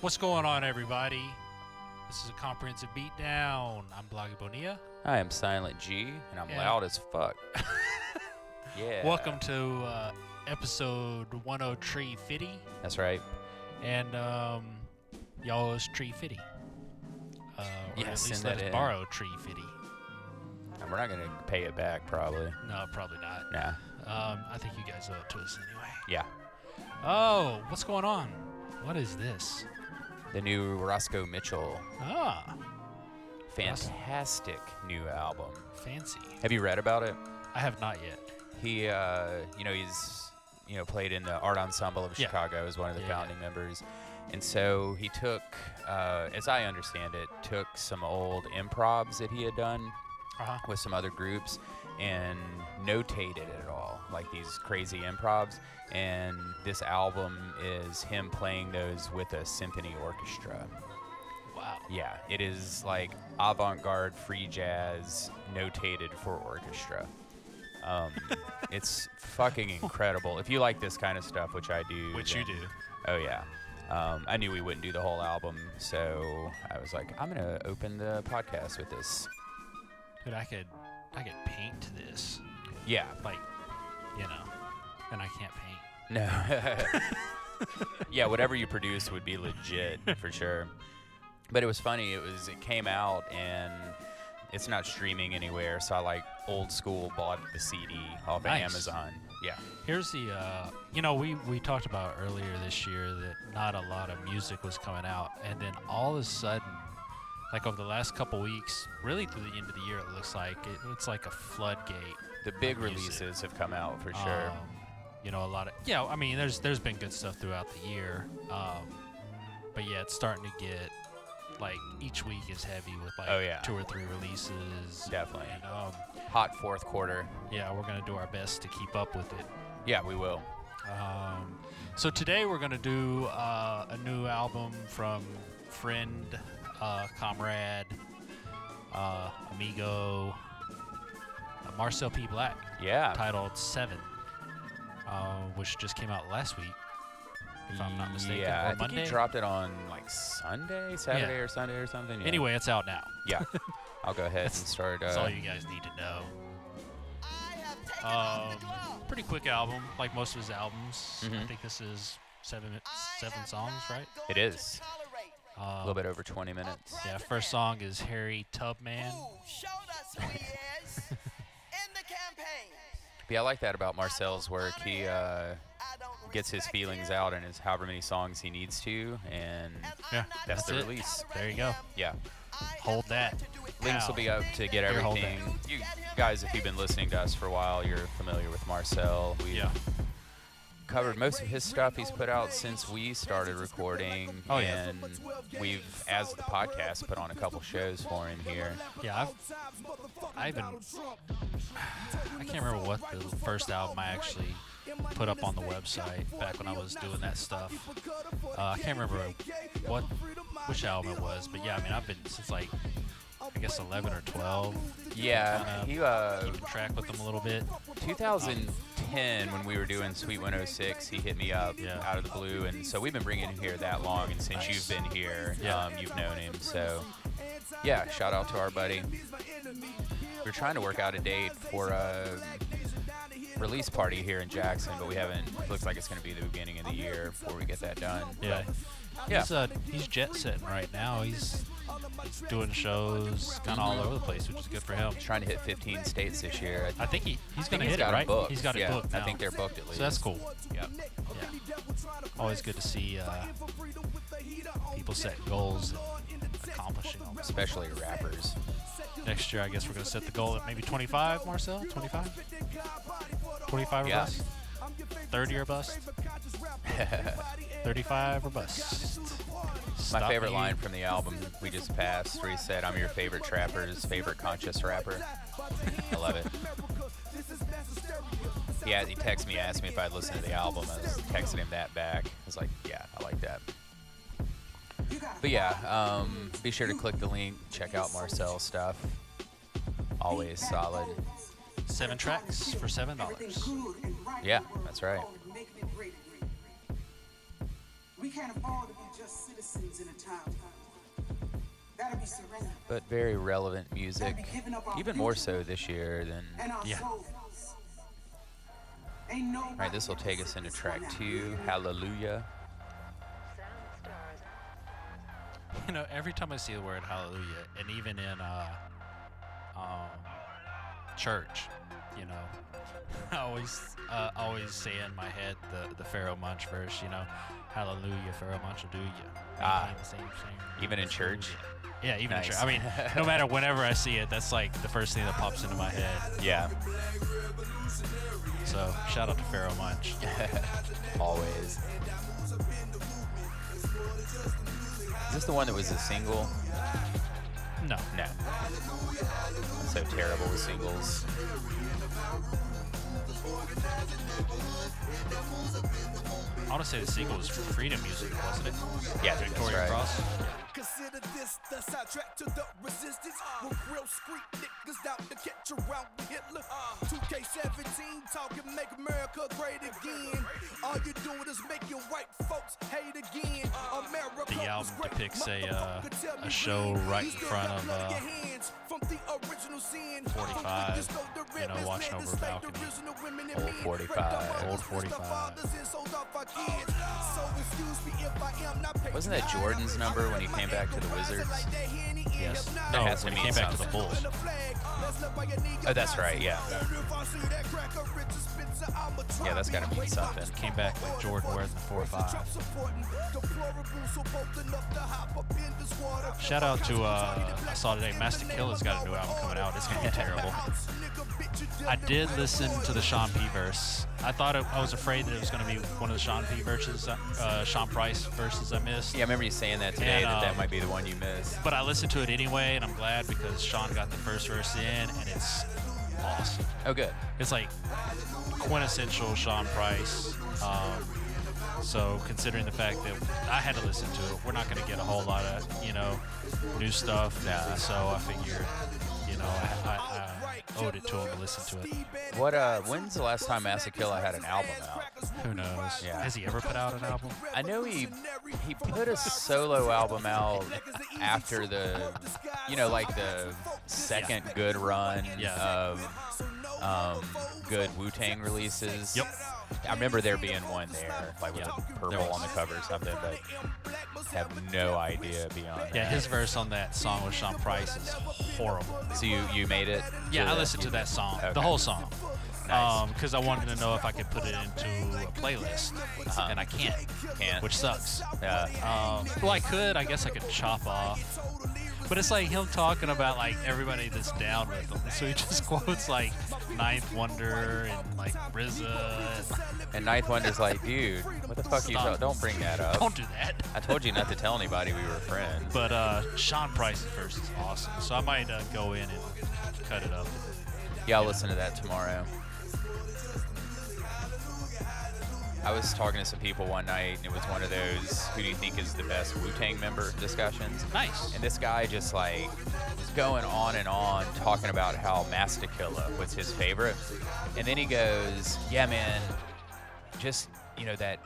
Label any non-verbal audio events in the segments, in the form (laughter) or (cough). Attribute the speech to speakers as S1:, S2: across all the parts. S1: What's going on, everybody? This is a comprehensive beatdown. I'm Bloggy Bonilla.
S2: I am Silent G, and I'm
S1: Yeah.
S2: loud as
S1: (laughs)
S2: fuck. yeah.
S1: Welcome to uh, episode 103 Fitty.
S2: That's right.
S1: And um, y'all is Tree Fitty. Uh, or
S2: Yeah,
S1: at
S2: send
S1: least
S2: that
S1: let's
S2: in.
S1: borrow Tree Fitty.
S2: And we're not gonna pay it back, probably.
S1: No, probably not.
S2: Nah.
S1: Um, I think you guys owe it to us anyway.
S2: Yeah.
S1: Oh, what's going on? What is this?
S2: The new Roscoe Mitchell,
S1: Ah,
S2: fantastic new album.
S1: fancy.
S2: Have you read about it?
S1: I have not yet.
S2: He, uh, you know, he's, you know, played in the art ensemble of
S1: Yeah.
S2: Chicago as one of the
S1: Yeah, yeah.
S2: founding members, and so he took, uh, as I understand it, took some old improvs that he had done
S1: Uh huh.
S2: with some other groups and notated it all, like these crazy improvs. And this album is him playing those with a symphony orchestra.
S1: Wow.
S2: Yeah, it is like avant garde free jazz notated for orchestra.
S1: (laughs)
S2: Um, it's fucking incredible. If you like this kind of stuff, which I do,
S1: Which you
S2: then-
S1: do.
S2: Oh yeah. Um, I knew we wouldn't do the whole album, so I was like, I'm gonna open the podcast with this.
S1: Dude, I could, I could paint this,
S2: Yeah,
S1: like, you know, and I can't paint.
S2: No. (laughs) yeah, whatever you produce would be legit for sure. But it was funny. It was it came out and it's not streaming anywhere. So I like old school bought the CD off
S1: Nice.
S2: of Amazon. Yeah.
S1: Here's the, uh, you know, we we talked about earlier this year that not a lot of music was coming out, and then all of a sudden, like over the last couple weeks, really through the end of the year, it looks like it, it's like a floodgate.
S2: The big
S1: Music.
S2: releases have come out for sure.
S1: Um, you know, a lot of yeah. I mean, there's there's been good stuff throughout the year, um, but yeah, it's starting to get like each week is heavy with like
S2: Oh, yeah.
S1: two or three releases.
S2: Definitely.
S1: And, um,
S2: Hot fourth quarter.
S1: yeah, we're gonna do our best to keep up with it.
S2: Yeah, we will.
S1: Um, so today we're gonna do uh, a new album from friend, uh, comrade, uh, amigo, uh, Marcel P. Black,
S2: Yeah.
S1: titled Seven, uh, which just came out last week, if I'm not mistaken,
S2: Yeah,
S1: or
S2: I think
S1: Monday.
S2: he dropped it on like Sunday, Saturday, or Sunday or something. Yeah.
S1: Anyway, it's out now.
S2: Yeah. I'll go ahead and
S1: That's-
S2: start.
S1: That's all
S2: Uh,
S1: you guys need to know.
S3: I have taken
S1: Um,
S3: off the glove.
S1: pretty quick album, like most of his albums. I
S2: Mhm.
S1: think this is seven
S3: I
S1: seven
S3: am
S1: songs,
S3: not
S1: right?
S3: going to
S2: is.
S3: tolerate.
S1: Um,
S2: a little bit over 20 minutes.
S1: Yeah, first song is Harry Tubman.
S3: Who showed us who he
S1: (laughs)
S3: is in the campaign.
S2: Yeah, I like that about Marcel's work. He uh,
S3: I don't
S2: gets his
S3: respect
S2: feelings
S3: him,
S2: out in his however many songs he needs to, and
S3: and I'm
S1: Yeah,
S3: not
S2: that's the
S3: going to
S2: release.
S3: tolerate
S1: There you go.
S3: him.
S2: yeah,
S3: I am
S1: Hold
S3: going
S1: that.
S3: to do it
S2: links
S1: Ow.
S2: will be up to get
S1: Here, hold that.
S2: everything. You guys, if you've been listening to us for a while, you're familiar with Marcel. We've
S1: Yeah.
S2: covered most of his stuff he's put out since we started recording,
S1: Oh, yeah.
S2: and we've, as the podcast, put on a couple shows for him here.
S1: Yeah, I've, I even (sighs) I can't remember what the first album I actually put up on the website back when I was doing that stuff. Uh, I can't remember what which album it was, but yeah, I mean I've been since like I guess 11 or 12,
S2: Yeah, he uh,
S1: keeping track with them a little bit.
S2: 2010 when we were doing Sweet 106, he hit me up
S1: Yeah.
S2: out of the blue, and so we've been bringing him here that long. And since you've been here,
S1: Yeah.
S2: um, you've known him. So, yeah, shout out to our buddy. We're trying to work out a date for a release party here in Jackson, but we haven't. Looks like it's going to be the beginning of the year before we get that done.
S1: Yeah,
S2: Yeah.
S1: he's uh, he's jet setting right now. He's he's doing shows kind of all over the place, which is good for him.
S2: Trying to hit 15 states this year. I
S1: I think he, he's
S2: think
S1: gonna
S2: he's
S1: hit it
S2: got
S1: right.
S2: them booked.
S1: He's got it
S2: yeah,
S1: booked.
S2: I
S1: now.
S2: think they're booked at least.
S1: so that's cool.
S2: Yeah.
S1: Yeah. Always good to see uh, people set goals and accomplishing them.
S2: Especially rappers.
S1: Next year, I guess we're going to set the goal at maybe 25, Marcel? 25? 25 or
S2: Yeah.
S1: bust? 30 or
S2: (laughs)
S1: bust? 35 or bust?
S2: My
S1: Stop
S2: favorite
S1: me.
S2: line from the album we just passed, where he said, "I'm your favorite trapper's favorite conscious rapper." I love it. Yeah, he texted me, asked me if I'd listened to the album. I was texting him that back. I was like, "Yeah, I like that." But yeah, um, be sure to click the link, check out Marcel's stuff. Always solid.
S1: Seven tracks for $7.
S2: Yeah, that's right.
S4: We can't afford to be just citizens in a town. Gotta be surrender.
S2: but very relevant music.
S4: Gotta be giving up our
S2: Even more
S4: future
S2: so this year than.
S4: And our
S1: Yeah.
S4: souls. Ain't no
S2: Alright, this will take us into track two Hallelujah.
S1: (laughs) You know, every time I see the word hallelujah, and even in uh, um, church, you know, (laughs) I always uh, always say in my head the the Pharaoh Munch verse. You know, hallelujah, Pharaoh Munch will do you.
S2: Ah.
S1: same thing.
S2: Even in church?
S1: Yeah, even in
S2: Nice.
S1: church. I mean, no matter whenever I see it, that's like the first thing that pops into my head.
S2: Yeah,
S1: So shout out to Pharaoh Munch.
S2: (laughs) always. Is this the one that was a single?
S1: No,
S2: No. So terrible with singles.
S1: I want to say the single was Freedom Music, wasn't it?
S2: Yeah, that's
S1: Victoria
S2: right.
S1: Cross.
S5: Consider this the soundtrack to the resistance. With real street niggas out to catch around with Hitler. 2K17 talking make Uh. America great again. All you doing is making white folks hate again. America
S1: The album
S5: was great.
S1: depicts a, uh,
S5: Motherfucker, tell
S1: a
S5: me
S1: show
S5: when.
S1: right
S5: You
S1: in
S5: still
S1: front
S5: got
S1: of,
S5: blood in
S1: uh,
S5: your hands from the original sin.
S1: 45,
S5: Just know the
S1: you know,
S5: red
S1: watching
S5: man
S1: over
S5: is like
S1: balcony.
S5: the original women and
S2: Old
S5: men.
S2: 45,
S5: Raped our mothers,
S1: old
S5: missed our
S1: 45.
S5: fathers, and sold off our kids. So excuse me if I am not
S2: Wasn't that Jordan's number when he came back to the Wizards?
S1: Yes.
S2: That
S1: No,
S2: has to
S1: when he
S2: mean
S1: came back to the
S2: something.
S1: Bulls.
S2: Oh, that's right, yeah. Yeah, that's gotta mean something.
S1: Came back with Jordan wearing the 4-5. Shout out to, uh, I saw today Master Killer's got a new album coming out. It's gonna be terrible. I did listen to the Sean P verse. I thought it, I was afraid that it was going to be one of the Sean P verses, uh, Sean Price verses I missed.
S2: Yeah, I remember you saying that today
S1: And,
S2: that that
S1: um,
S2: might be the one you missed.
S1: But I listened to it anyway, and I'm glad because Sean got the first verse in, and it's awesome.
S2: Oh, good.
S1: It's like quintessential Sean Price. Um, so considering the fact that I had to listen to it, we're not going to get a whole lot of you know new stuff. Nah. So I figure, you know, I, I, I owed it to him to listen to it.
S2: What? Uh, when's the last time Masakilla had an album out?
S1: Who knows?
S2: Yeah.
S1: Has he ever put out an album?
S2: I know he he put a solo album out after the, you know, like the second good run
S1: Yeah.
S5: Uh-huh.
S2: of um, good Wu Tang releases.
S1: Yep.
S2: I remember there being one there, like with
S1: Yeah.
S2: a
S1: There
S2: purple
S1: was.
S2: on the cover or something, but have no idea beyond
S1: Yeah,
S2: that.
S1: his verse on that song with Sean Price is horrible.
S2: So you you made it.
S1: Yeah, I
S2: the-
S1: listened to
S2: you-
S1: that song,
S2: okay.
S1: the whole song,
S2: Nice.
S1: because I wanted to know if I could put it into a playlist, and I Uh-huh. can't,
S2: Can't.
S1: which sucks.
S2: Yeah.
S1: Um, well, I could. I guess I could chop off. But it's like him talking about like everybody that's down with him. So he (laughs) just quotes like Ninth Wonder and like RZA. And,
S2: And Ninth Wonder's like, dude, what the fuck you?
S1: Stop.
S2: ta- Don't bring that up.
S1: don't do that.
S2: I told you not to tell anybody we were friends.
S1: But uh, Sean Price's verse is awesome. So I might uh, go in and cut it up.
S2: Yeah, I'll listen to that tomorrow. I was talking to some people one night, and it was one of those who do you think is the best Wu Tang member discussions.
S1: Nice.
S2: And this guy just like was going on and on talking about how Mastakilla was his favorite. And then he goes, Yeah, man, just, you know, that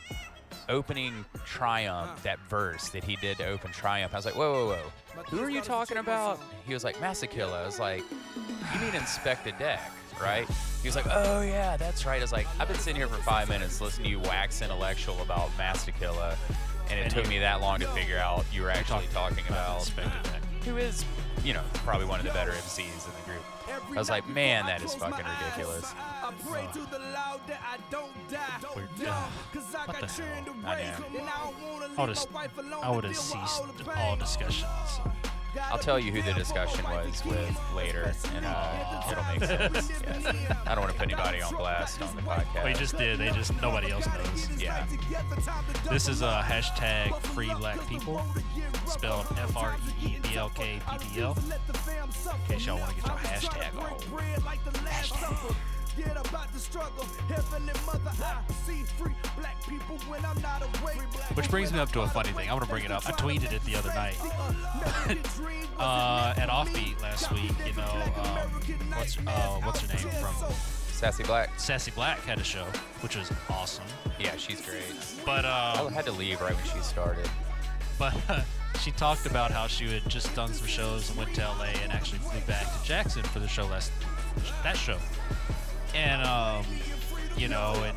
S2: opening Triumph, that verse that he did to open Triumph. I was like, Whoa, whoa, whoa. Who are you talking about? He was like, Mastakilla. I was like, You mean Inspect the Deck, right? He was like, Oh, yeah, that's right. I was like, I've been sitting here for five minutes listening to you wax intellectual about Mastakilla. And it
S1: And
S2: took
S1: you-
S2: me that long to figure out you were actually
S1: talking
S2: talking about
S1: Expected that.
S2: who is, you know, probably one of the better MCs in the group. I was like, man, that is fucking ridiculous.
S5: I pray to the loud that I don't die.
S1: Weird.
S5: Young, Cause I
S1: What
S5: got
S1: the
S5: children to
S1: hell?
S2: I
S5: raise,
S2: know.
S5: and I don't wanna leave
S1: I
S5: my
S1: would have,
S5: wife alone
S1: I
S5: to
S1: would have
S5: deal with
S1: ceased
S5: all the
S1: all
S5: pain.
S1: discussions.
S2: I'll tell you who the discussion was with later, and uh, it'll make sense. Yeah. I don't want to put anybody on blast on the podcast.
S1: Well, you just did. They just nobody else knows.
S2: yeah.
S1: This is a uh, hashtag free black people, spelled F R E E B L K P D L. In case y'all want to get your hashtag on.
S5: Get about the struggle, heavenly mother. I see free black people when I'm not awake.
S1: Which brings me up to a funny thing. I'm gonna bring it up. I tweeted it the other
S5: (laughs)
S1: night. uh, at Offbeat last week, you know, um, what's uh, what's her name from
S2: Sassy Black.
S1: Sassy Black had a show, which was awesome.
S2: Yeah, she's great.
S1: But
S2: I
S1: um,
S2: had to leave right when she started.
S1: (laughs) but she talked about how she had just done some shows and went to LA and actually flew back to Jackson for the show last that show. And um, you know, and,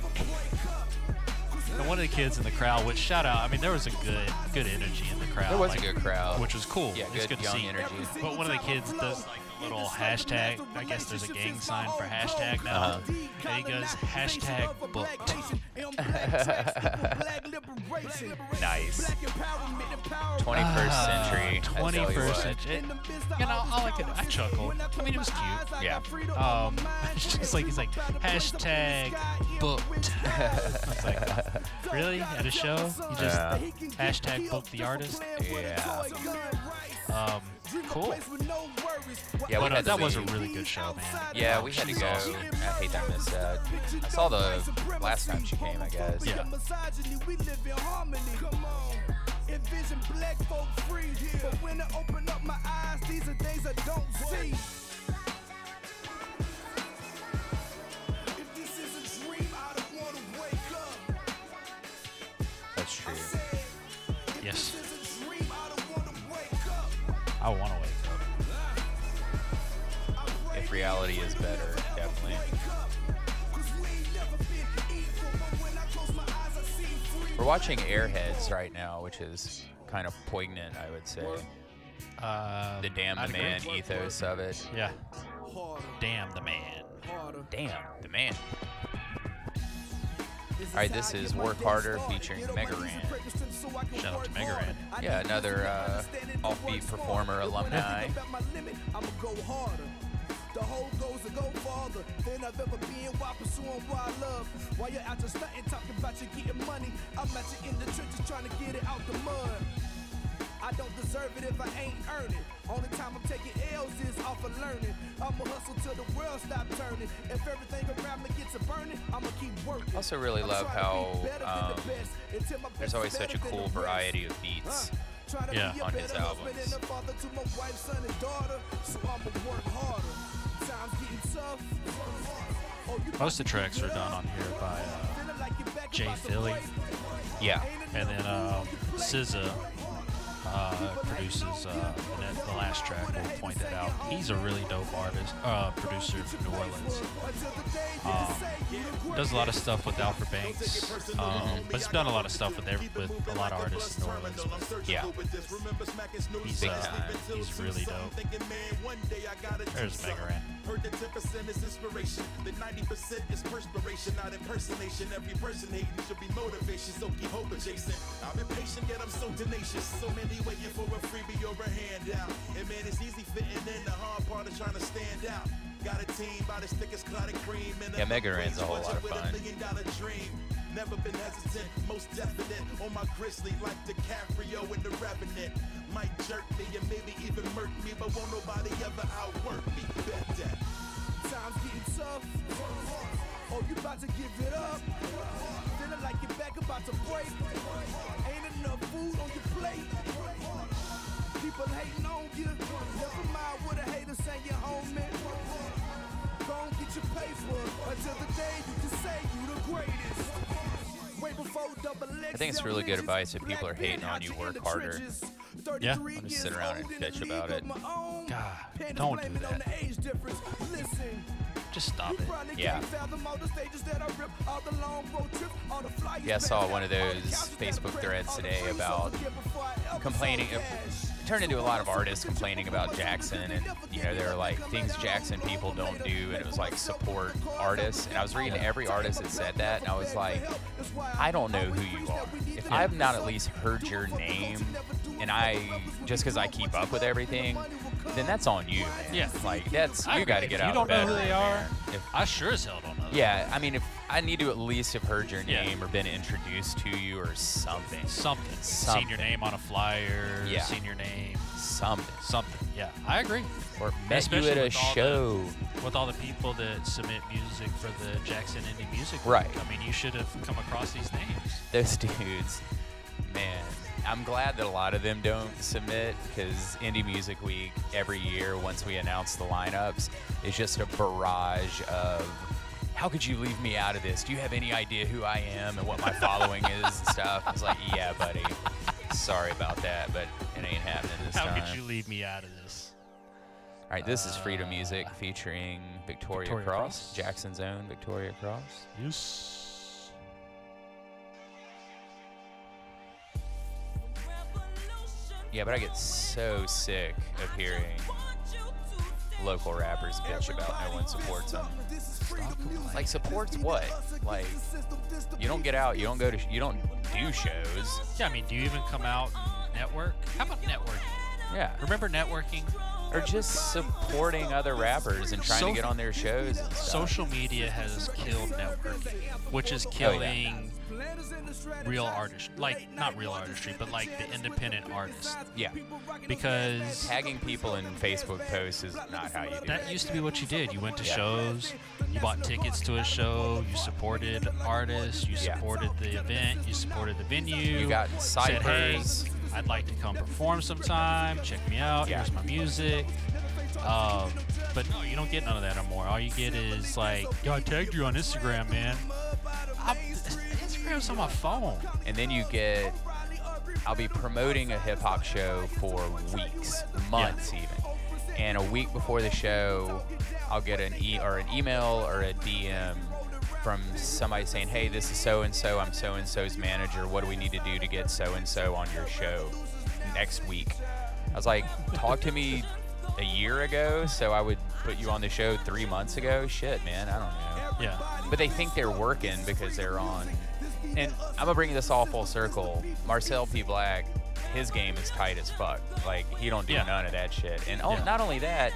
S1: and one of the kids in the crowd, which shout out, I mean, there was a good good energy in the crowd.
S2: There was a good crowd.
S1: which was cool.
S2: Yeah,
S1: it's good
S2: good
S1: to
S2: young
S1: see.
S2: energy.
S1: But one of the kids does like a little hashtag. I guess there's a gang sign for hashtag now.
S2: Uh-huh.
S1: And he goes hashtag booked. (laughs)
S2: Nice. 21st
S1: Ah,
S2: century. I tell you
S1: 21st
S2: what.
S1: century. It- You know, all I could, I chuckled. I mean, it was cute.
S2: Yeah.
S1: Um, (laughs) it's just like he's like hashtag booked. (laughs) I was like, really? At a show? You just
S2: Yeah.
S1: hashtag book the artist?
S2: Yeah.
S1: Um, cool.
S2: Yeah, we
S1: But uh,
S2: had to
S1: that was a
S2: leave.
S1: really good show, man.
S2: Yeah, we had to
S1: She's
S2: go.
S1: awesome.
S2: I hate that miss that. uh, I saw the last time she came, I guess.
S1: Yeah.
S5: misogyny, we live in harmony. Come on. Envision black folk free. But when I open up my eyes, these are things I don't see. If this is a dream, I don't want to wake up.
S2: That's true.
S1: Yes,
S5: This is a dream, I don't want to wake up.
S1: I want to wake up.
S2: If reality is better, definitely. We're watching Airheads right now, which is kind of poignant, I would say.
S1: Uh,
S2: The damn
S1: I'd
S2: the
S1: agree.
S2: man ethos of it.
S1: Yeah. Damn the man.
S2: Damn the man. All right, this is Work Harder featuring Megaran.
S1: Shout out to Megaran.
S2: Yeah, another uh, offbeat performer alumni.
S5: I'ma go harder. The whole goal's to go farther than I've ever been while pursuing what I love. While you're out just stunting, talking about you getting money, I'm at you in the trenches trying to get it out the mud. I don't deserve it if I ain't earn it. Only time I'm taking L's is off of learning. I'ma hustle till the world stop turning. If everything around me gets a burning, I'ma keep working.
S2: Also really
S5: I'm
S2: love
S5: trying to be
S2: how,
S5: better than the
S2: um,
S5: best until my
S2: There's
S5: best
S2: always
S5: is
S2: such a
S5: better than
S2: cool
S5: the rest.
S2: variety of beats.
S1: Yeah.
S5: yeah.
S2: on his albums.
S5: Oh,
S1: Most of the tracks are done on here by uh, Jay Philly,
S2: Yeah.
S1: and then um, SZA uh, produces uh, and that's the last track. We'll point that out. He's a really dope artist, uh, producer from New Orleans. Um, does a lot of stuff with Alfred Banks, um, but he's done a lot of stuff with every, with a lot of artists in New Orleans.
S2: Yeah.
S1: He's
S2: Big
S1: uh,
S2: time.
S1: he's really dope. There's Megaran.
S6: Heard that 10% is inspiration, that 90% is perspiration, not impersonation. Every person hating should be motivation, so keep hope adjacent. I'm impatient, yet I'm so tenacious. So many waiting for a freebie or a handout. And man, it's easy fitting in. The hard part is trying to stand out. Got a team by the thickest clotted cream. And
S2: Yeah, Megaran's a whole lot of
S6: budget with
S2: fun.
S6: million dollar dream. Never been hesitant, most definite on my grizzly like DiCaprio in The Revenant. Might jerk me and maybe even murk me, but won't nobody ever outwork me. Bet that.
S5: Times getting tough. Oh, you about to give it up. Feeling like your back about to break. Ain't enough food on your plate. People hating on you. Never mind what a hater say, your homie. Gon' get your pay for it until the day you can say you the greatest. Way before double X,
S2: I think it's really good advice if people are hating on you, work harder.
S1: Yeah.
S2: Don't just sit around and bitch about it.
S1: God, don't do that. Just stop it.
S2: Yeah. Yeah, I saw one of those Facebook threads today about complaining. It turned into a lot of artists complaining about Jackson, and you know they were like things Jackson people don't do, and it was like support artists. And I was reading every artist that said that, and I was like, I don't know who you are. If I've not at least heard your name, and I just because I keep up with everything, then that's on you, man.
S1: Yeah.
S2: like that's
S1: I
S2: you got to
S1: agree.
S2: get
S1: If
S2: out.
S1: you don't know
S2: better,
S1: who they are,
S2: man. If
S1: I sure as hell don't know. that.
S2: yeah, I mean, if I need to at least have heard your
S1: Yeah.
S2: name or been introduced to you or something,
S1: Something. Seen your
S2: Something.
S1: name on a flyer.
S2: Yeah.
S1: Seen your name.
S2: something,
S1: Something. Yeah, I agree.
S2: or met
S1: Especially
S2: you at a
S1: with all the-
S2: show.
S1: With all the people that submit music for the Jackson Indie Music, Week,
S2: Right.
S1: I mean, you should have come across these names.
S2: Those (laughs) dudes, man, I'm glad that a lot of them don't submit because Indie Music Week every year, once we announce the lineups, is just a barrage of how could you leave me out of this? Do you have any idea who I am and what my following
S1: (laughs)
S2: is and stuff? It's like, yeah, buddy. Sorry about that, but it ain't happening this
S1: How
S2: time.
S1: could you leave me out of this?
S2: All right, this is Freedom Music featuring Victoria,
S1: Victoria
S2: Cross,
S1: Cross.
S2: Jackson's own Victoria Cross.
S1: Yes.
S2: Yeah, but I get so sick of hearing local rappers bitch about no one supports them. Like supports what? Like you don't get out, you don't go to, sh- you don't do shows.
S1: Yeah, I mean, do you even come out and network? How about networking?
S2: Yeah,
S1: Remember networking?
S2: or just supporting other rappers and trying
S1: Social-
S2: to get on their shows. And stuff.
S1: Social media has killed networking, which is killing real artistry. Like, not real artistry, but like the independent artists.
S2: Yeah,
S1: Because
S2: tagging people in Facebook posts is not how you do
S1: that
S2: it.
S1: used to be what you did. You went to
S2: Yeah.
S1: shows, you bought tickets to a show, you supported artists, you
S2: Yeah.
S1: supported the event, you supported the venue.
S2: You got
S1: said, hey,
S2: ciphers.
S1: I'd like to come perform sometime. Check me out.
S2: Yeah.
S1: Here's my music. Um, but no, you don't get none of that anymore. All you get is like, yo, I tagged you on Instagram, man. I'm, Instagram's on my phone.
S2: and then you get I'll be promoting a hip hop show for weeks, months even. And a week before the show, I'll get an e or an email or a DM from somebody saying, "Hey, this is so and so. I'm so and so's manager. What do we need to do to get so and so on your show next week?" I was like, "Talk to me a year ago, so I would put you on the show 3 months ago." Shit, man, I don't know
S1: Yeah.
S2: but they think they're working because they're on. And I'm gonna bring this all full circle. Marcel P. Black, his game is tight as fuck. Like he don't do
S1: Yeah.
S2: none of that shit. And oh,
S1: Yeah.
S2: not only that,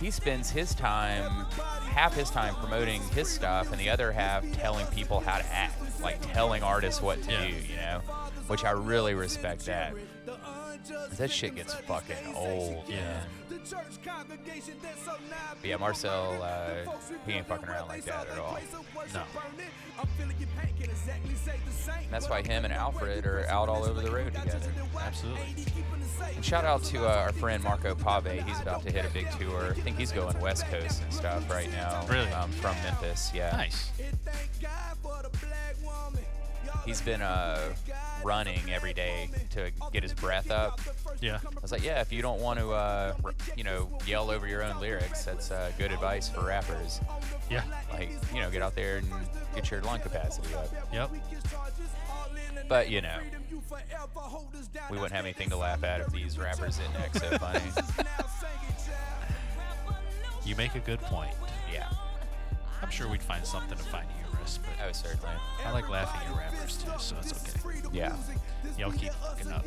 S2: he spends his time, half his time promoting his stuff, and the other half telling people how to act, like telling artists what to
S1: Yeah.
S2: do. You know, which I really respect that. That shit gets fucking old.
S1: Yeah.
S2: man. But yeah, Marcel, uh, he ain't fucking around like that at all.
S1: No.
S2: And that's why him and Alfred are out all over the road together.
S1: Absolutely.
S2: And shout out to uh, our friend Marco Pave. He's about to hit a big tour. I think he's going West Coast and stuff right now.
S1: Really?
S2: Um, from Memphis, yeah.
S1: Nice.
S2: He's been uh, running every day to get his breath up.
S1: Yeah.
S2: I was like, yeah, if you don't want to, uh, r- you know, yell over your own lyrics, that's uh, good advice for rappers.
S1: Yeah.
S2: Like, you know, get out there and get your lung capacity up.
S1: Yep.
S2: But, you know, we wouldn't have anything to laugh at if these rappers didn't act so funny. (laughs)
S1: You make a good point.
S2: yeah.
S1: I'm sure we'd find something to find humorous, but
S2: Oh, certainly.
S1: (laughs) I like laughing at rappers too, so it's okay.
S2: Yeah.
S1: Y'all keep fucking up.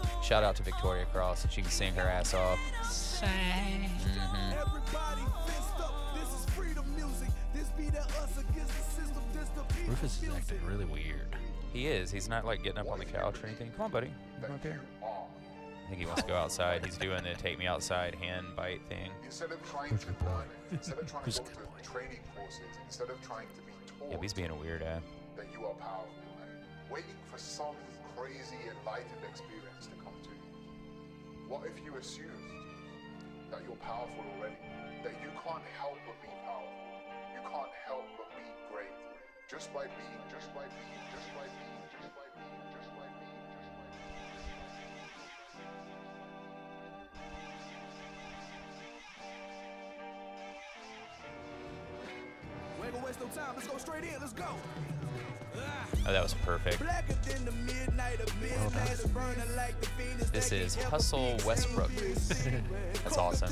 S1: (laughs)
S2: Shout out to Victoria Cross. She can sing her ass off.
S1: Mm. Rufus is acting really weird.
S2: He is. He's not like getting up on the couch or anything. Come on, buddy. Come up here. I think he wants to go outside. He's doing the take me outside hand bite thing.
S7: Instead of trying to learn, instead of trying to
S1: Who's
S7: go
S1: good
S7: through
S1: boy?
S7: training courses, instead of trying to be
S2: Yeah, but
S7: taught
S2: he's being a weirdo.
S7: that you are powerful and waiting for some crazy enlightened experience to come to you. What if you assumed that you're powerful already? That you can't help but be powerful. You can't help but be great. Just by being, just by being, just by being, just by being, just by being, just by being.
S5: We ain't gonna waste no time. Let's go straight in. Let's go.
S2: Oh, that was perfect.
S5: Blacker than the midnight of midnight, burning like the Venus.
S2: This is Hustle Westbrook. (laughs) That's awesome.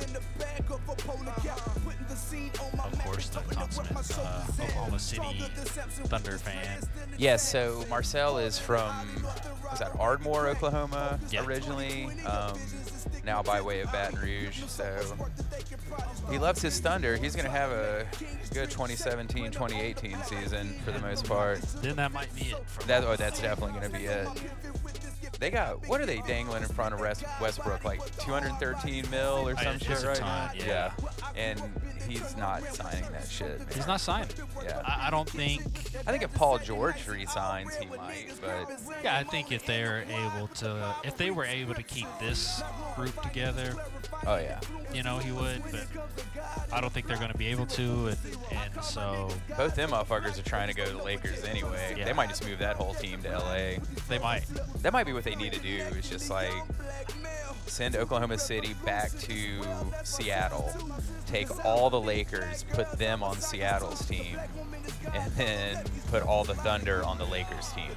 S1: Of course, the consummate uh, Oklahoma City Thunder fan.
S2: Yeah, so Marcel is from, was that Ardmore, Oklahoma
S1: Yeah.
S2: originally? Um, now by way of Baton Rouge. So he loves his Thunder. He's going to have a good 2017 2018 season for the most part.
S1: Then that might be it. For
S2: That, oh, that's definitely going to be it. They got what are they dangling in front of West, Westbrook? Like 213 mil or
S1: I-
S2: some
S1: Oh, it's
S2: shit
S1: a
S2: right
S1: ton,
S2: now.
S1: yeah.
S2: and he's not signing that shit. man.
S1: He's not signing.
S2: Yeah.
S1: I, I don't think.
S2: I think if Paul George resigns, he might. But
S1: Yeah, I think if they're able to, if they were able to keep this group together,
S2: oh yeah,
S1: you know, he would. But I don't think they're going to be able to, and, and so
S2: both them motherfuckers are trying to go to the Lakers anyway.
S1: Yeah.
S2: They might just move that whole team to LA.
S1: they might.
S2: That might be what they need to do. Is just like send Oklahoma City back to Seattle, take all the Lakers, put them on Seattle's team, and then put all the Thunder on the Lakers team.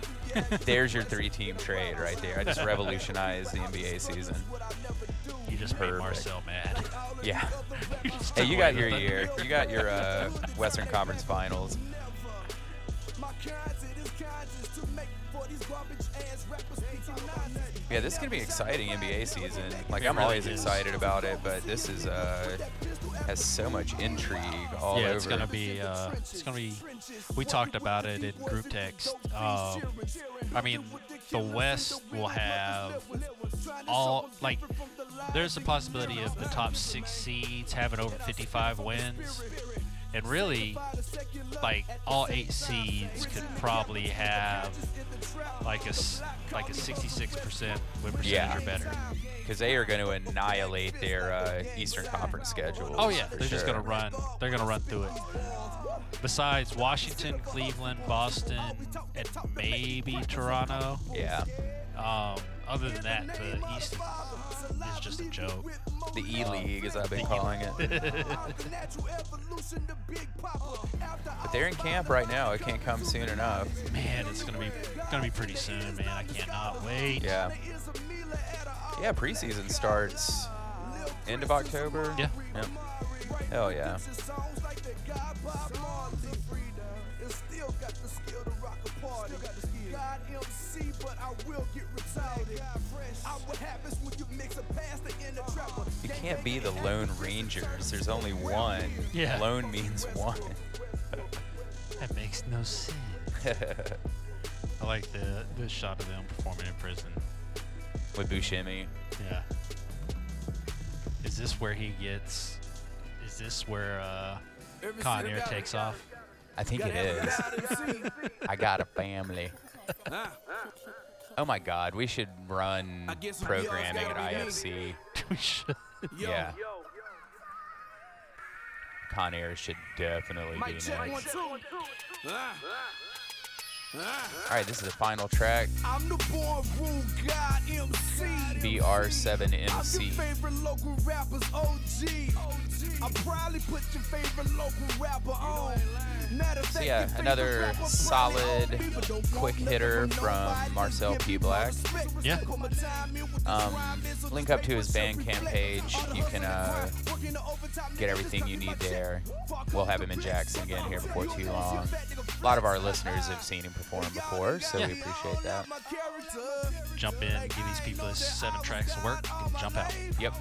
S2: There's your three-team trade right there. I just revolutionized the NBA season.
S1: You just made
S2: Perfect.
S1: Marcel mad. (laughs)
S2: Yeah.
S1: You just
S2: Hey,
S1: took away
S2: you got
S1: the
S2: your
S1: Thunder.
S2: year. You got your uh, Western Conference Finals. Yeah, this is gonna be an exciting NBA season. Like
S1: It
S2: I'm
S1: really
S2: always
S1: is.
S2: excited about it, but this is uh, has so much intrigue all
S1: yeah,
S2: over.
S1: it's gonna be. Uh, it's gonna be. We talked about it in group text. Um, I mean, the West will have all like. There's a possibility of the top six seeds having over 55 wins, and really, like all eight seeds could probably have like a s- like a 66% win percentage
S2: Yeah.
S1: or better.
S2: because they are gonna annihilate their uh, Eastern Conference schedule.
S1: Oh yeah,
S2: for
S1: they're just
S2: sure.
S1: gonna run. They're gonna run through it. Besides Washington, Cleveland, Boston, and maybe Toronto.
S2: Yeah,
S1: Um, other than that, the East is just a joke. (laughs)
S2: the E
S1: Um,
S2: League, as I've been calling it. But they're in camp right now. It can't come soon enough.
S1: Man, it's gonna be gonna be pretty soon, man. I cannot wait.
S2: Yeah. Yeah, preseason starts end of October.
S1: Yeah.
S2: Yep. Hell yeah. You can't be the Lone Rangers. There's only one.
S1: Yeah.
S2: Lone means one.
S1: That makes no
S2: (laughs)
S1: sense. I like the the shot of them performing in prison.
S2: With Bushimi.
S1: Yeah. Is this where he gets? Is this where uh, Con Air takes off?
S2: I think it is. (laughs) I got a family. Oh my God, we should run programming at IFC.
S1: We should.
S2: Yeah. Con Air should definitely be next. All right, this is the final track.
S5: I'm the born rule god MC. I'm your
S2: BR7MC.
S5: favorite local rappers, OG. I probably put your favorite local rapper on. Matter of
S2: So
S5: fact,
S2: yeah,
S5: your favorite
S2: another
S5: rapper probably
S2: solid,
S5: on me, but don't want
S2: quick
S5: nothing
S2: hitter
S5: nobody.
S2: from Marcel
S5: Give
S2: P.
S5: me my
S2: Black.
S5: respect.
S1: Yeah.
S5: Put my time in with the
S2: Um,
S5: grind, it's a
S2: link up to his
S5: respect,
S2: Bandcamp
S5: reflect.
S2: page.
S5: All the
S2: You can,
S5: hustle and
S2: uh,
S5: grind, working the overtime,
S2: Get
S5: nigga,
S2: everything
S5: just
S2: you
S5: cut
S2: need
S5: me my check.
S2: there.
S5: Fuck
S2: We'll
S5: up
S2: have
S5: the
S2: him in
S5: bitch,
S2: Jackson
S5: suck
S2: again
S5: on
S2: here
S5: the
S2: before
S5: dick,
S2: too
S5: you
S2: long.
S5: fat nigga,
S2: A lot of
S5: bitch.
S2: our listeners have seen him perform before, so we appreciate that.
S5: My character.
S1: Jump in, give these people this seven tracks of work, and jump out
S2: Yep.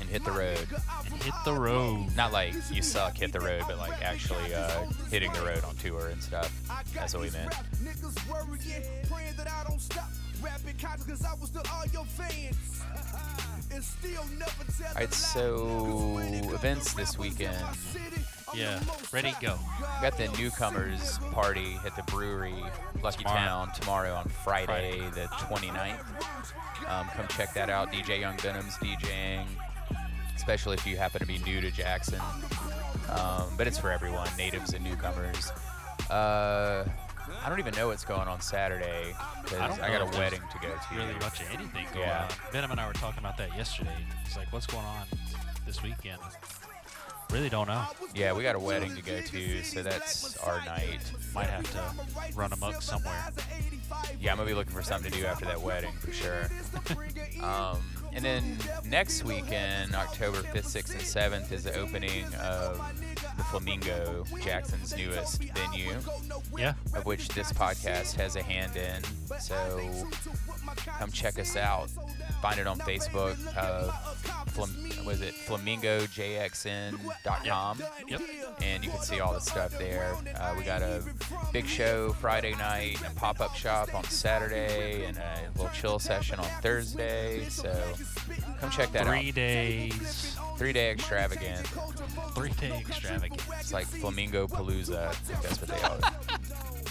S2: And hit the road.
S1: and hit the road.
S2: Not like you suck, hit the road, but like actually uh, hitting the road on tour and stuff. That's what we meant.
S5: Niggas worrying, praying that I don't stop rapping content cause I was still all your fans. And still never tell
S2: All right, so events this weekend.
S1: Yeah, ready, go.
S2: We got the newcomers party at the brewery, Lucky
S1: Tomorrow.
S2: Town, tomorrow on Friday, the 29th. Um, come check that out. DJ Young Venom's DJing, especially if you happen to be new to Jackson. Um, but it's for everyone, natives and newcomers. Uh, I don't even know what's going on Saturday because I,
S1: know
S2: got
S1: if
S2: a
S1: there's
S2: wedding to go to.
S1: Really much of anything going
S2: Yeah.
S1: on. Venom and I were talking about that yesterday. It's like, what's going on this weekend? Really don't know.
S2: Yeah, we got a wedding to go to, so that's our night.
S1: Might have to run amok somewhere.
S2: Yeah, I'm gonna be looking for something to do after that wedding for sure. um, and then next weekend, October 5th, 6th, and 7th, is the opening of the Flamingo, Jackson's newest venue,
S1: Yeah,
S2: of which this podcast has a hand in. So come check us out. Find it on Facebook. Uh, flam- was it flamingojxn.com,
S1: Yep.
S2: and you can see all the stuff there. Uh, we got a big show Friday night, and a pop-up shop on Saturday, and a little chill session on Thursday. So come check that
S1: Three
S2: out.
S1: days.
S2: Three-day extravaganza.
S1: Three day extravaganza.
S2: It's like Flamingo Palooza. I think that's what they call it.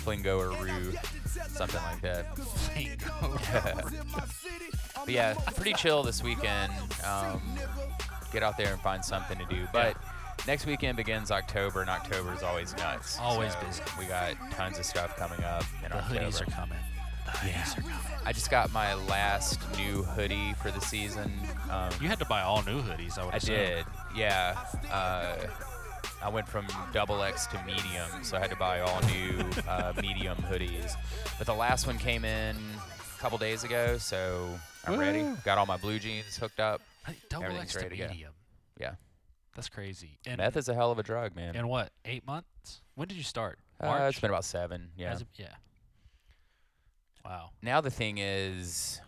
S2: Flingo or Roo, something like that. But yeah, pretty chill this weekend. Um, get out there and find something to do. But next weekend begins October, and October is always nuts.
S1: Always
S2: So
S1: busy.
S2: We got tons of stuff coming up in
S1: The
S2: October.
S1: hoodies are coming. The hoodies are coming.
S2: I just got my last new hoodie for the season. Um,
S1: You had to buy all new hoodies. I would
S2: I
S1: assume.
S2: did. Yeah. Uh, I went from double X to medium, so I had to buy all new
S1: (laughs)
S2: uh, medium hoodies. But the last one came in a couple days ago, so I'm ready. Got all my blue jeans hooked up.
S1: I think Double X
S2: Everything's
S1: to
S2: ready to go.
S1: medium.
S2: Yeah.
S1: That's crazy. And
S2: Meth is a hell of a drug, man.
S1: in what? Eight months? When did you start?
S2: Uh, it's been about seven. Yeah.
S1: Has it- yeah. Wow.
S2: Now the thing is,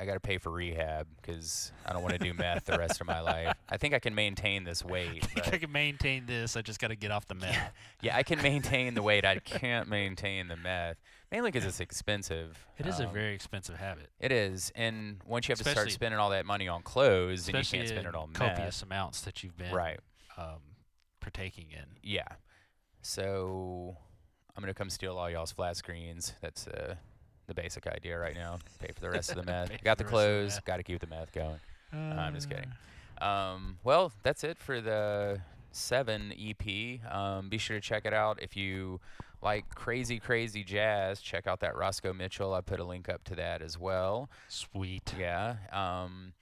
S2: I got to pay for rehab because I don't want to do meth the rest of my life. I think I can maintain
S1: (laughs)
S2: this weight.
S1: I think I
S2: but-
S1: can maintain this. I just got to get off the meth.
S2: yeah, I can maintain the weight. I can't maintain the meth, mainly because it's expensive.
S1: It is a
S2: Um,
S1: very expensive habit,
S2: It is, and once you have to start
S1: Especially-
S2: spending all that money on clothes, and you
S1: especially
S2: can't spend
S1: in
S2: it on
S1: copious
S2: meth,
S1: amounts that you've been
S2: right?
S1: um, partaking in.
S2: Yeah. So I'm gonna come steal all y'all's flat screens. That's uh, the basic idea right now. Pay for the rest
S1: (laughs)
S2: of the meth.
S1: Pay
S2: Got
S1: for the rest of the
S2: the clothes.
S1: meth. Uh,
S2: Got to keep the meth going. No, Uh, I'm just kidding. Um, well, that's it for the seven EP. Um, be sure to check it out if you like crazy, crazy jazz. Check out that Roscoe Mitchell. I put a link up to that as well.
S1: Uh, Sweet.
S2: Yeah. Um,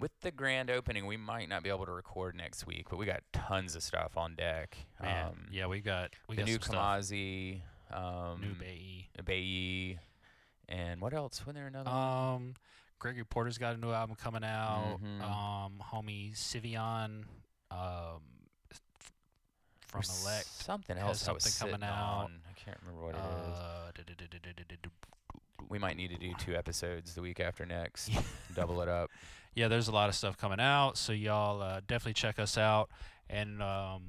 S2: with the grand opening, we might not be able to record next week, but we got tons of stuff on deck.
S1: Man.
S2: um,
S1: yeah, we got we
S2: the
S1: got
S2: new
S1: some stuff.
S2: Kamazi, um,
S1: New Bay.
S2: Bayi, and what else? Wasn't there another? one?
S1: Um, Gregory Porter's got a new album coming out.
S2: Mhm.
S1: Um, homie Civion, um, s- f-
S2: There
S1: from
S2: was
S1: Elect.
S2: Something
S1: has
S2: else I was
S1: something coming
S2: sitting
S1: out.
S2: on. I can't remember what it is.
S1: Uh, du-du-du-du-du-du-du.
S2: We might need to do two episodes the week after next. Double
S1: (laughs)
S2: it up.
S1: yeah, there's a lot of stuff coming out, so y'all uh, definitely check us out and um,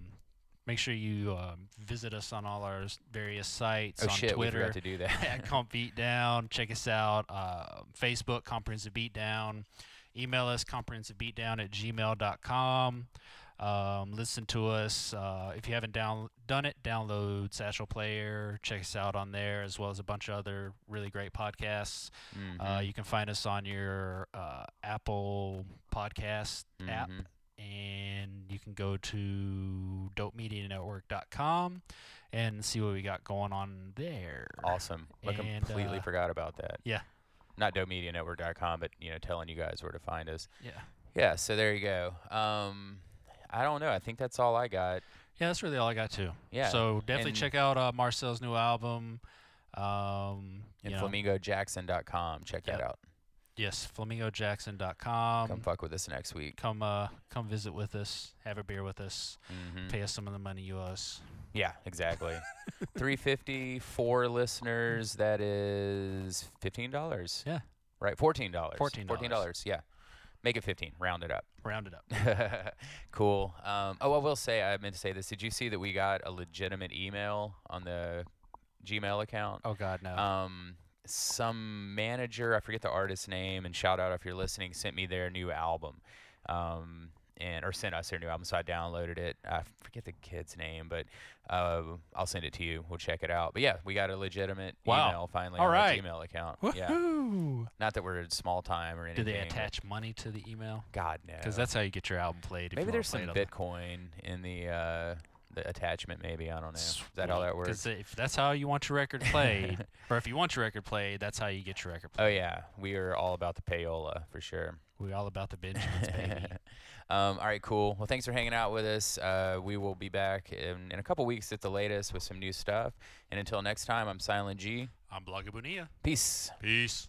S1: make sure you um, visit us on all our s- various sites
S2: oh
S1: on
S2: shit, we
S1: Twitter (laughs)
S2: forgot to do
S1: at
S2: that. (laughs)
S1: Comp Beatdown. Check us out. Uh, Facebook, Comprehensive Beatdown. Email us, comprehensivebeatdown at gmail.com. Um, listen to us. Uh, if you haven't down- done it, download Satchel Player. Check us out on there, as well as a bunch of other really great podcasts.
S2: Mm-hmm.
S1: Uh, you can find us on your uh, Apple Podcast app,
S2: Mhm.
S1: and you can go to dopemedianetwork.com and see what we got going on there.
S2: awesome. I
S1: and,
S2: completely
S1: uh,
S2: forgot about that.
S1: Yeah,
S2: Not domedianetwork.com, but you know, telling you guys where to find us.
S1: yeah,
S2: Yeah, so there you go. Um, I don't know. I think that's all I got.
S1: yeah. That's really all I got too.
S2: Yeah,
S1: So definitely
S2: and-
S1: check out uh, Marcel's new album. Um, you
S2: And
S1: know,
S2: FlamingoJackson.com. Check that
S1: Yep. Mm-hmm.
S2: out.
S1: yes, flamingojackson.com.
S2: Come fuck with us next week.
S1: Come, uh, come visit with us. Have a beer with us.
S2: Mhm.
S1: Pay us some of the money you owe us.
S2: Yeah,
S1: (laughs)
S2: exactly. 350 for listeners. That is $15.
S1: Yeah,
S2: Right? $14.
S1: $14.
S2: Yeah. Make it 15. Round it up. (laughs)
S1: round it up.
S2: cool. Um, oh, I will say, I meant to say this. Did you see that we got a legitimate email on the Gmail account?
S1: Oh God, no.
S2: um, some manager, I forget the artist's name, and shout out if you're listening, sent me their new album, um, and or sent us their new album. So I downloaded it. I forget the kid's name, but uh, I'll send it to you. We'll check it out. But yeah, we got a legitimate
S1: Wow.
S2: email finally
S1: All
S2: on
S1: right.
S2: our Gmail account. Yeah,
S1: Woohoo!
S2: not that we're small time or
S1: Do
S2: anything.
S1: they
S2: but
S1: attach money to the email?
S2: God no.
S1: Because that's how you get your album played. If
S2: maybe
S1: you
S2: there's
S1: wanna
S2: some
S1: play it
S2: Bitcoin in the uh, the attachment. Maybe I don't know.
S1: on
S2: Is that how that works?
S1: Because if that's how you want your record played,
S2: (laughs)
S1: or if you want your record played, that's how you get your record
S2: Oh
S1: played.
S2: yeah, we are all about the payola for sure.
S1: We're all about the Benjamins, baby.
S2: (laughs) um, all right, cool. Well, thanks for hanging out with us. Uh, we will be back in, in a couple weeks at the latest with some new stuff. And until next time, I'm Silent G.
S1: I'm Blogabunilla.
S2: Peace.
S1: Peace.